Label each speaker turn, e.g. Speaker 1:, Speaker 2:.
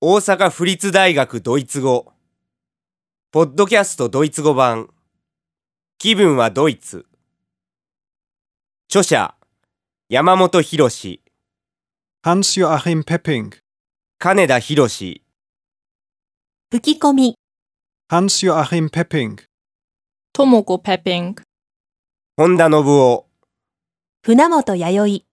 Speaker 1: 大阪府立大学ドイツ語ポッドキャストドイツ語版気分はドイツ著者山本博史
Speaker 2: Hans-Joachim Pepping,
Speaker 1: 金田博史
Speaker 3: 吹き込み、
Speaker 2: Hans-Joachim Pepping,
Speaker 4: ともこペッピング、
Speaker 1: 本田信夫
Speaker 3: 船本弥生。